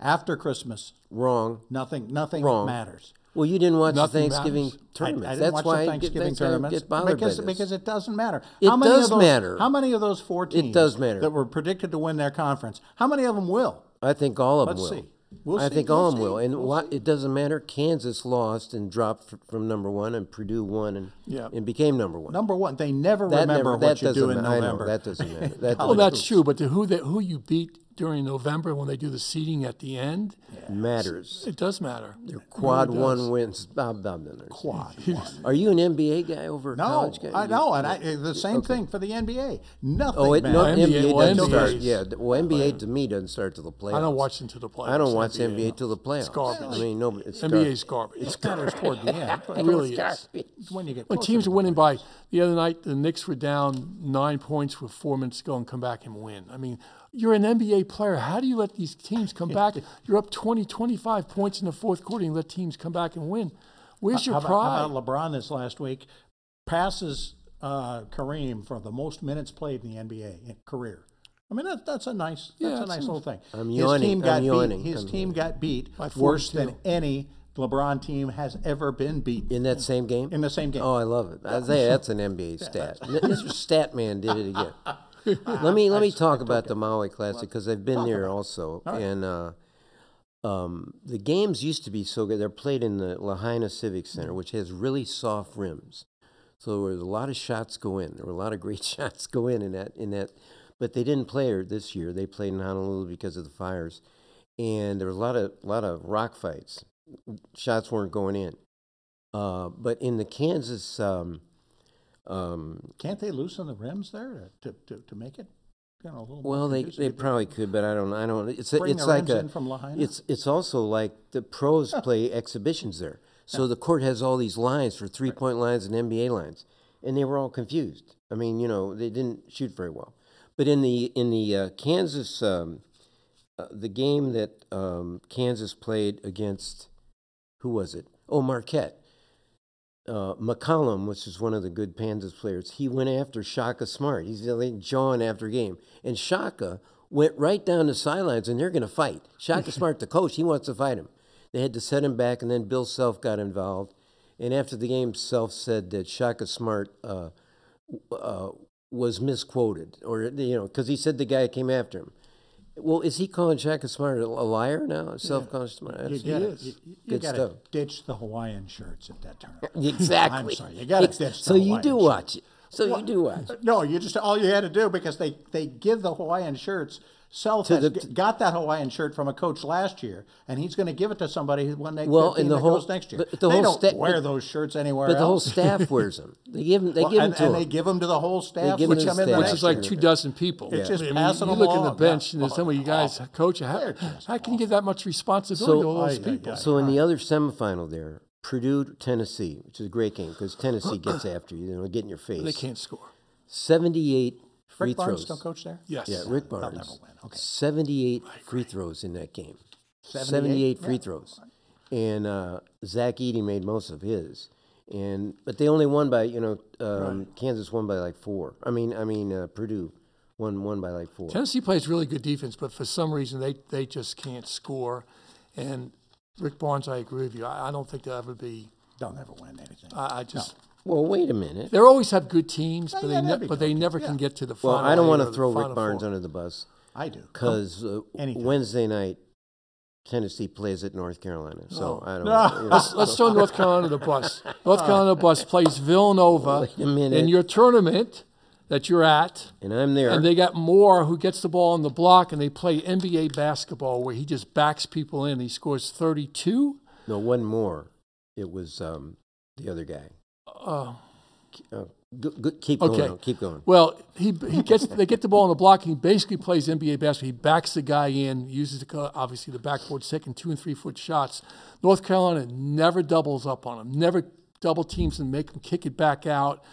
After Christmas,
Wrong.
nothing nothing
Wrong.
matters.
Well, you didn't watch
Nothing
the Thanksgiving
matters.
I-
tournaments.
I, didn't
That's
watch
why
the
I get,
Thanksgiving
that's why I
tournaments
get bothered
because
by this.
because it doesn't matter.
It
of
does
those-
matter.
How many of those four teams
does matter.
that were predicted to win their conference? How many of them will?
I think all of them
Let's
will.
see. We'll
I
see.
think all of
We'll
them will,
see.
and why, it doesn't matter. Kansas lost and dropped f- from number one, and Purdue won and
Yeah.
and became number one.
Number one, they never
that
remember
never,
what
that
you
doesn't
do in
ma- I know,
November. Oh, (laughs)
that doesn't matter. That
Well,
doesn't
Oh, that's true, but to who that who you beat during November when they do the seeding at the end,
matters.
it does matter. They're
Quad one wins. Bob Bob doesn't understand.
Quad. (laughs)
Are you an NBA guy over a
No,
college guy?
I
You-
know, and I, the same thing for the NBA. Nothing.
Oh, it, no,
matters.
NBA,
NBA,
well,
doesn't
NBA
start.
is-
Yeah, th- well, NBA to me doesn't start till the playoffs.
I don't watch until the playoffs.
I don't watch
NBA.
NBA till the playoffs.
garbage.
I mean, no, it's
NBA's garbage.
It matters toward the end.
(laughs)
but
It really is.
it's when you get
When
closer
teams
to
are
the
winning
playoffs.
by the other night, the Knicks were down nine points with four minutes to go and come back and win. I mean, you're an NBA player. How do you let these teams
(laughs)
come back? You're up 20, 25 points in the fourth quarter and you let teams come back and win. Where's your
how, about,
pride?
how about LeBron this last week passes uh, Kareem for the most minutes played in the NBA in- career. I mean that, that's a nice that's
Yeah,
a
it's
nice
nice.
little thing.
I'm
his
yawning,
team
I'm
got
yawning,
beat. His
I'm
team got beat
By
worse than
42.
any LeBron team has ever been beat
In that same game?
in the same game.
Oh, I love it. I say that's
(laughs)
an NBA stat. Mr. Statman did it again. let me let me talk about the Maui Classic because I've been there also, and uh, um, the games used to be so good. They're played in the Lahaina Civic
Mm-hmm.
Center, which has really soft rims, so there was a lot of shots go in. There were a lot of great (laughs) shots go in in that in that, but they didn't play there this year. They played in Honolulu because of the fires, and there was a lot of lot of rock fights. Shots weren't going in. Uh, but in the Kansas, um, um,
Can't they loosen the rims there to, to, to, to make it you know, a little? more
well, they,
conducive?
they probably could, but I don't. I don't. It's a-
Bring
it's
the
like
rims
a.
in from Lahaina?
It's it's also like the pros play exhibitions there, so the court has all these lines for three point lines and NBA lines, and they were all confused. I mean, you know, they didn't shoot very well. But in the in the uh, Kansas, um, uh, the game that um, Kansas played against, who was it? Oh, Marquette. uh, McCollum, which is one of the good Panthers players, he went after Shaka Smart. He's like jawing after game. And Shaka went right down the sidelines and they're going to fight. Shaka Smart, the coach, he wants to fight him. They had to set him back and then Bill Self got involved. And after the game, Self said that Shaka Smart uh, w- uh, was misquoted or, you know, because he said the guy came after him. Well, is he calling Shaka Smart a a liar now? Self calling Smart.
You gotta,
is.
you, you
Good
gotta
stuff.
ditch the Hawaiian shirts at that tournament.
(laughs)
(laughs)
Exactly.
I'm sorry, you gotta
Ex-
ditch the
So you
Hawaiian
do
shirt.
watch it. So you do watch.
uh, (laughs) No, you just all you had to do because they they give the Hawaiian shirts Self
To
has
the-
g- got that Hawaiian shirt from a coach last year, and he's going to give it to somebody who- when they
Well,
well, team
and the
that
whole-
goes next year.
but the
they
whole
don't
sta-
wear
but-
those shirts anywhere
But
else.
the whole staff wears them. They give them. They
Well,
give
and,
them to
and
them.
they give them to the whole staff,
give 'em
which
to
I mean,
the Oh,
the
staff.
Which is
next
like
year.
two dozen people.
It's just
I mean,
passing
you
them
look in the
along.
bench,
Yeah.
and there's some of you guys, coach, how,
They're just
how can you give that much responsibility
So-
to all those
Aye, aye,
people?
aye.
So in the other semifinal there, Purdue Tennessee, which is a great game
(clears throat)
because Tennessee gets after you, you know, get in your face.
They can't score.
Seventy-eight free
Rick Barnes
throws.
still coach there.
Yes.
Yeah, Rick
They'll
Barnes.
never win. Okay.
Seventy-eight free throws in that game.
78?
Seventy-eight free
Yeah.
throws, and uh, Zach Eady made most of his. And but they only won by you know um, Kansas won by like four. I mean I mean uh, Purdue won won by like four.
Tennessee plays really good defense, but for some reason they, they just can't score. And Rick Barnes, I agree with you. I, I don't think they'll ever be.
They'll never win anything.
Uh,
I, I just
Well, wait a minute.
they always have good teams, but
yeah,
they ne-
that'd be
but they
good.
never
Yeah.
can get to the
Well,
final.
I don't want
eight
to
or the
throw Rick
final
Barnes
four.
under the bus.
I do.
because uh,
anytime.
Wednesday night Tennessee plays at North Carolina.
Oh.
So I don't.
No.
you know.
(laughs) Let's, let's throw North Carolina under the
(laughs)
bus. North Carolina bus plays Villanova
Wait a minute.
in your tournament that you're at.
and I'm there.
And they got Moore, who gets the ball on the block, and they play NBA basketball where he just backs people in. He scores 32.
no one more. It was um, the other guy.
Uh,
Uh, go, go, keep
Okay.
going. Keep going.
well, he, he gets they get the ball on the block, and he basically plays NBA basketball. He backs the guy in, uses the, co- obviously the backboard, second two and three foot shots. North Carolina never doubles up on him, never double teams and make him kick it back out.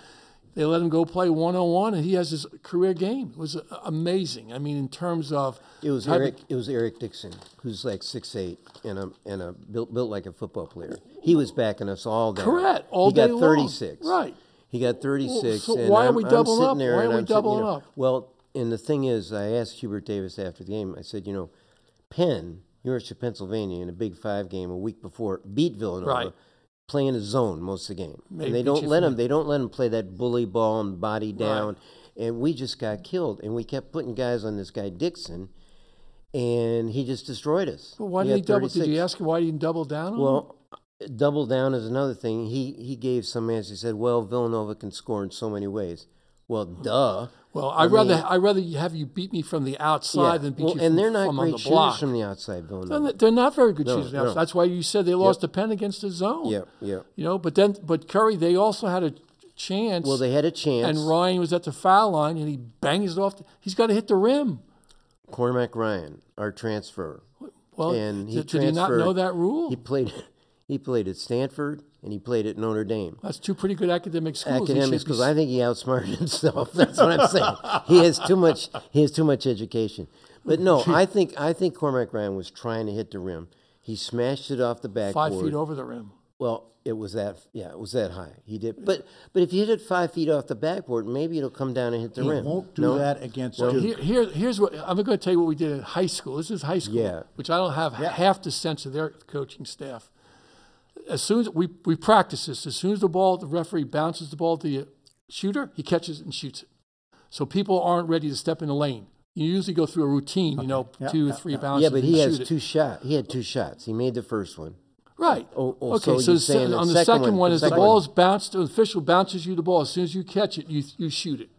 They let him go play one on one, and he has his career game. It was uh, amazing. I mean, in terms of
It was
having-
Eric. It was Eric Dixon, who's like six eight and a and a built built like a football player. He was backing us all down.
Correct, all
he got
day long.
36.
Right.
He got 36.
so
and
why are
I'm,
we
I'm
doubling
sitting
up?
There
Why
and
are we
I'm sitting, you
doubling
know-
up?
Well, and the thing is, I asked Hubert Davis after the game. I said, you know, Penn, University of Pennsylvania, in a Big Five game a week before, beat Villanova.
Right.
Playing a zone most of the game,
Maybe
and they
beat
don't
you
let
from-
him. They don't let him play that bully ball and body down, and we just got killed. And we kept putting guys on this guy Dixon, and he just destroyed us.
But why
he
did he
got
double? Did you
36.
ask him why he didn't double down on him?
Well, double down is another thing. He he gave some answers. He said, "Well, Villanova can score in so many ways." Well, duh.
Well, I'd rather I'd rather you have you beat me from the outside
Yeah.
than beat
Well,
you from,
and they're not
from on
great
the
shooters
block.
from the outside, Villanova.
They're not- they're not very good
No,
shooters. now.
no.
That's why you said they lost the pen against the zone.
Yep, yep.
You know, but then but Curry, they also had a chance.
Well, they had a chance.
and Ryan was at the foul line and he bangs it off. The, he's got to hit the rim.
Cormac Ryan, our transfer,
Well,
and he
did, did he not know
transferred-
that rule?
He played. (laughs) He played at Stanford and he played at Notre Dame.
That's two pretty good academic schools. He should
Academics,
be
because I think he outsmarted (laughs) himself. That's what I'm saying. He has too much. He has too much education. But no,
(laughs)
I think I think Cormac Ryan was trying to hit the rim. He smashed it off the backboard.
five feet over the rim.
Well, it was that. Yeah, it was that high. He did. But but if you hit it five feet off the backboard, maybe it'll come down and hit the
He
rim.
won't do
No?
that against Duke.
Here, here, here's what I'm going to tell you what we did in high school. This is high school,
Yeah.
which I don't have half the sense of their coaching staff. As soon as we, we practice this, as soon as the ball, the referee bounces the ball to the shooter, he catches it and shoots it. So people aren't ready to step in the lane. You usually go through a routine, you know,
Yeah,
two,
yeah,
three
yeah.
bounces.
Yeah, but
and
he
you
has
shoot it.
two shot. He had two shots. He made the first one.
Right.
Oh, oh,
okay,
so
so,
you're
the se-
saying the
on the
second
second,
one-
one,
the
is the
second
ball
one.
is bounced, the official bounces you the ball. As soon as you catch it, you, you shoot it.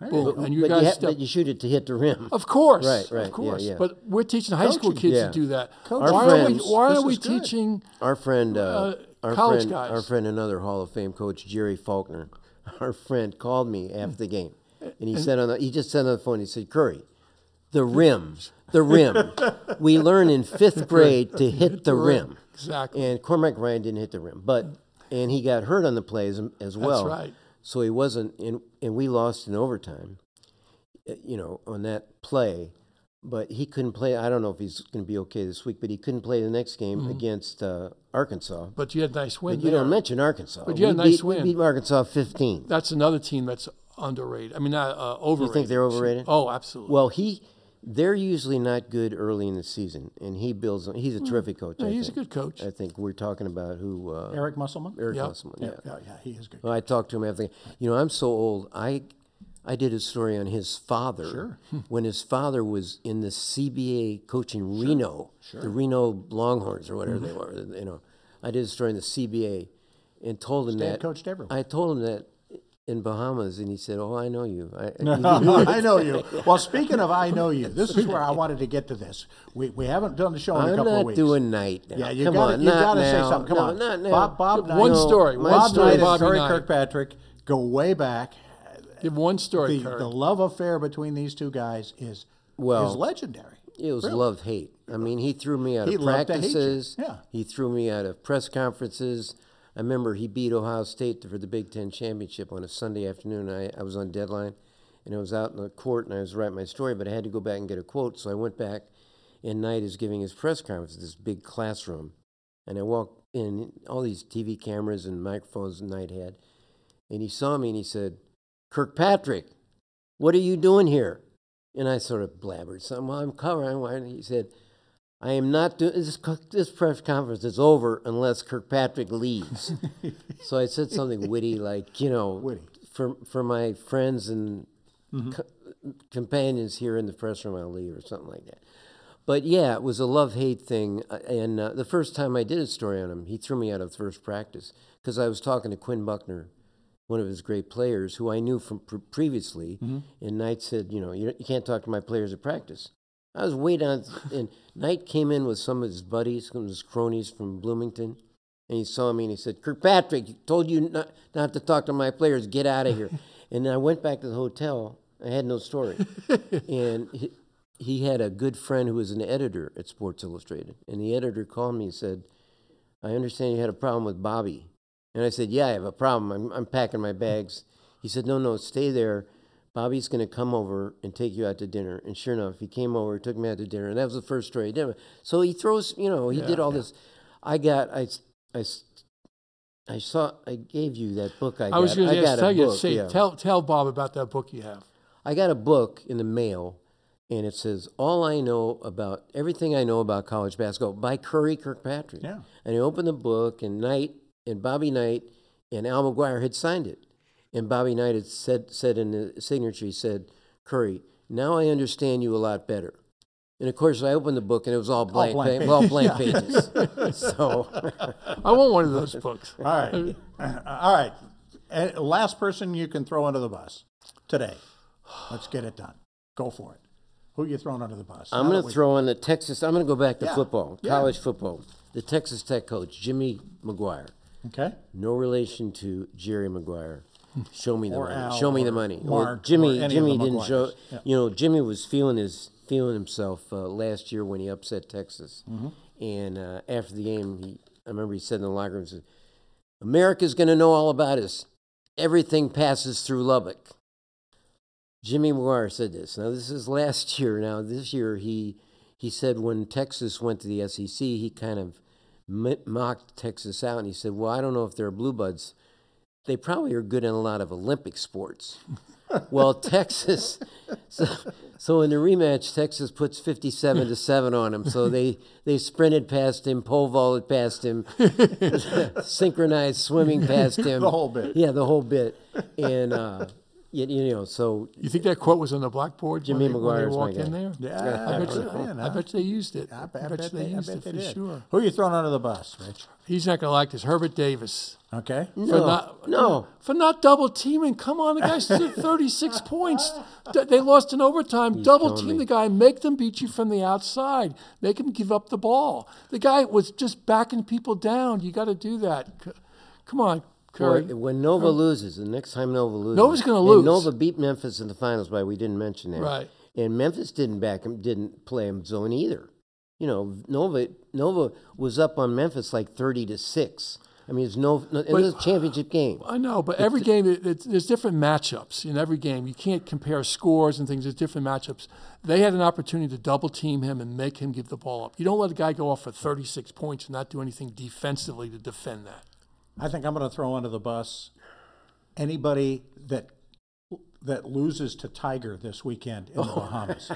Boom.
But,
and you
but
guys
ha-
step
but you shoot it to hit the rim.
Of course,
Right, right, yeah,
Of course,
yeah.
but we're teaching high school
Coaching.
kids
Yeah.
to do that.
Coaching.
Why are we?
Our
Why
friends.
are we
This is good.
teaching?
Our friend, uh, our
college
friend, our
guys.
friend, another Hall of Fame coach, Jerry Faulkner. (laughs) Our friend called me after the game, and he said on the, he just said on the phone. He said, "Curry, the rim,
(laughs)
the rim. we learn in fifth grade to hit the rim.
Exactly.
And Cormac Ryan didn't hit the rim, but and he got hurt on the plays as, as well.
right.
So he wasn't, and and we lost in overtime. uh, You know, on that play." but he couldn't play. I don't know if he's going to be okay this week, but he couldn't play the next game against uh, Arkansas. But,
Mm-hmm. But you had a nice win.
you
there.
don't mention Arkansas.
But you had
we
a nice
beat, we
win.
beat Arkansas 15.
That's another team that's underrated. I mean, not uh, overrated.
they're overrated?
Oh, absolutely.
Well, he they're usually not good early in the season, and he builds. on- He's a terrific coach.
Mm. Yeah,
I
he's a
think.
good coach.
I think we're talking about who uh, Eric,
Eric Musselman.
Yeah.
Musselman, Yeah.
Yeah, yeah, he is good.
Well, I talked to him after. the- You know, I'm so old. I I did a story on his father.
(laughs)
When his father was in the CBA coaching Reno, the Reno Longhorns or whatever they were. You know, I did a story in the CBA and told him
Dad
that
coached everyone.
I told him that in Bahamas, and he said, "Oh, I know you.
(laughs)
I,
I know
(laughs)
you. Well, speaking of I know you, this is where I wanted to get to this. We, we haven't done the show in a
I'm
couple
not
of weeks.
doing night now.
yeah, you
Come
gotta,
on,
you
not
gotta say
now.
something. Come
No,
on,
not now.
Bob, Bob Knight,
One story.
Bob
One story,
Knight and
Bobby
Curry
Knight.
Kirkpatrick go way back.
Give one story,
The,
Kurt.
the love affair between these two guys is
Well,
is legendary.
It was love hate. I mean, he threw me out
He
of
loved to hate you.
practices.
Yeah.
He threw me out of press conferences. I remember he beat Ohio State for the Big Ten championship on a Sunday afternoon. I, I was on deadline, and I was out in the court, and I was writing my story, but I had to go back and get a quote. So I went back, and Knight is giving his press conference in this big classroom, and I walked in, all these TV cameras and microphones Knight had, and he saw me and he said, "Kirkpatrick, what are you doing here?" And I sort of blabbered something. Well, I'm covering. Why? And he said, I am not doing this. co- This press conference is over unless Kirkpatrick leaves. so I said something witty, like you know,
Witty.
for for my friends and co- companions here in the press room, I'll leave or something like that. But yeah, it was a love hate thing. uh, And uh, the first time I did a story on him, he threw me out of first practice because I was talking to Quinn Buckner, one of his great players who I knew from pre- previously. And Knight said, you know, you, you can't talk to my players at practice. I was way down, and Knight came in with some of his buddies, some of his cronies from Bloomington, and he saw me and he said, Kirkpatrick, told you not, not to talk to my players, get out of here. and I went back to the hotel. I had no story. and he, he had a good friend who was an editor at Sports Illustrated, and the editor called me and said, I understand you had a problem with Bobby. And I said, Yeah, I have a problem. I'm, I'm packing my bags. He said, No, no, stay there. Bobby's going to come over and take you out to dinner. And sure enough, he came over, took me out to dinner. And that was the first story. he did. So he throws, you know, he did all this. I got, I, s- I, s- I saw, I gave you that book I,
I
got.
was going
I
to
got
ask,
a
tell you,
book,
say,
yeah.
tell tell Bob about that book you have.
I got a book in the mail, and it says "All I Know About Everything I Know About College Basketball" by Curry Kirkpatrick.
Yeah.
And I opened the book, and Knight and Bobby Knight and Al McGuire had signed it, and Bobby Knight had said said in the signature, he said, "Curry, now I understand you a lot better." And of course, I opened the book, and it was all blank,
blank
pa- all
(laughs)
blank pages. so.
I want one of those books.
All right, (laughs) all right. And last person you can throw under the bus today. Let's get it done. Go for it. Who you throwing under the bus? Now
I'm going
that
to
we-
throw in the Texas. I'm going to go back to
Yeah,
football,
yeah.
college football. The Texas Tech coach, Jimmy McGuire.
Okay.
No relation to Jerry McGuire. Show me the
Or
money.
Al
show me
or
the money. Or
Mark or any
Jimmy.
of the
Jimmy didn't show.
McGuires. Yeah.
You know, Jimmy was feeling his feeling himself uh, last year when he upset Texas.
Mm-hmm.
And uh, after the game, he I remember he said in the locker room, he said, "America's going to know all about us. Everything passes through Lubbock." Jimmy McGuire said this. Now this is last (laughs) year. Now this year he he said when Texas went to the SEC, he kind of m- mocked Texas out, and he said, "Well, I don't know if they're blue buds. They probably are good in a lot of
(laughs)
Olympic sports." well, Texas. (laughs) So, so in the rematch, Texas puts fifty-seven to seven on him. So they they sprinted past him, pole vaulted past him, (laughs) synchronized swimming past him.
(laughs) The whole bit.
Yeah, the whole bit. And uh, you, you know, so
You think that quote was on the blackboard
Jimmy
when they, when they
McGuire's my
walked in
guy.
there?
(laughs)
Yeah,
I bet, you,
man,
I bet you they used it.
I, bet, I
bet
bet
you
they, I
used
bet
it
they
for
did.
sure.
Who you throwing under the bus, Rich?
He's not going to like this. Herbert Davis.
Okay.
for
No,
not
no.
for not double teaming. Come on,
(laughs)
the guy stood 36 points. D- They lost in overtime. double
killing
team
me.
the guy, make them beat you from the outside, make him give up the ball. The guy was just backing people down. You got to do that. C- Come on, Curry.
Well, when Nova loses, the next time Nova loses,
Nova's gonna
and
lose.
Nova beat Memphis in the finals, but we didn't mention that.
Right.
And Memphis didn't back him, didn't play him zone either. You know, Nova Nova was up on Memphis like thirty to six. I mean, it's no, no it was a championship game.
I know, but every game it, it's there's different matchups in every game. You can't compare scores and things. There's different matchups. They had an opportunity to double team him and make him give the ball up. You don't let a guy go off for 36 points and not do anything defensively to defend that.
I think I'm going to throw under the bus anybody that that loses to Tiger this weekend in the
(laughs)
Bahamas.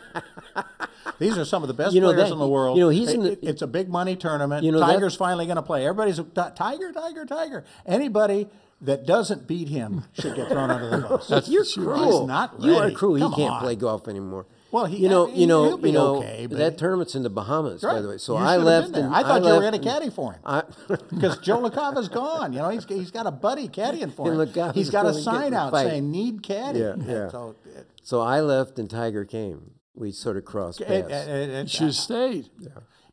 These are some of the best
Oh. You know,
players
that-
in the world.
you know, he's
It-
in the-
it- it's a big money tournament.
You know, that-
Tiger's finally going to play. Everybody's a- "Ti- Tiger, Tiger, Tiger. Anybody that doesn't
(laughs)
beat him should get thrown under the bus.
That's
You're
for sure.
He's
cruel.
not
You are
ready.
cruel.
Come
he can't
on.
play golf anymore.
Well, he,
You know,
he'll
you know,
be
you know.
okay, but
that tournament's in the Bahamas, by
Right.
the way. So
You
I
should have
left.
been there.
and
I thought you were going to
left and
caddy for him
I, (laughs)
because Joe LaCava's gone. You know, he's, he's got a buddy caddying for
And
him.
LaCava's
He's got a
going to get
sign
in a
out
fight.
saying "Need caddy."
Yeah, yeah.
So it,
so I left, and Tiger came. We sort of crossed
it,
paths.
it- it-
Should have stayed.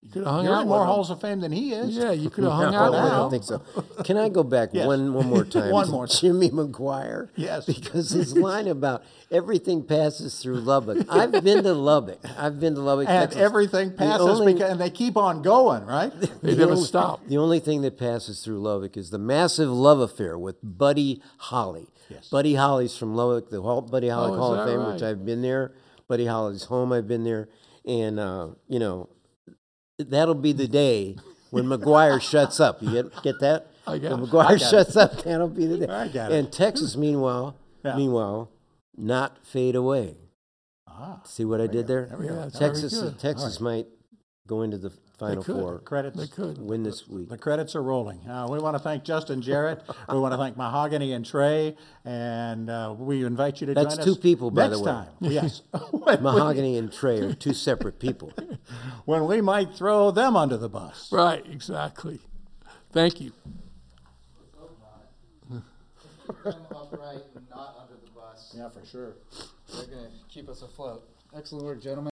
You could have hung
you're
out
in
with
more
him.
halls of fame than he is. (laughs)
Yeah, you could have hung
No,
out
Oh, I don't
with him.
think so. Can I go back
Yes.
one
(laughs)
one more time?
One
to
more time.
Jimmy McGuire.
Yes.
because his line about everything passes through Lubbock. I've been to Lubbock. I've been to
(laughs)
Lubbock,
and
Texas.
everything
The
passes
only-
because, and they keep on going,
(laughs)
right?
They
the
never
only-
stopped.
The only thing that passes through Lubbock is the massive love affair with Buddy Holly.
Yes.
Buddy Holly's from Lubbock, the Hall, Buddy Holly
Oh, is
Hall of
that
Fame,
right?
which I've been there. Buddy Holly's home, I've been there. And, uh, you know, that'll be the day when
(laughs)
McGuire shuts up. You get, get that?
I got
When
it.
McGuire shuts up, that'll be the
(laughs)
day.
I got it.
and Texas, meanwhile,
Yeah.
meanwhile, not fade away.
Ah,
See what I did there?
we go.
Yeah, it's very
Texas,
good.
Texas might go into the Final
could.
Four.
credits.
They could.
Win this week.
The credits are rolling. Uh, we want to thank Justin Jarrett. we want to thank Mahogany and Trey, and uh, we invite you to
That's
join
two
us
people, by the
next
way.
time. Yes, (laughs)
Mahogany and Trey are two separate people.
when we might throw them under the bus.
Right, exactly. Thank you.
Come upright and not under the bus.
Yeah, for sure. They're gonna keep us afloat. Excellent work, gentlemen.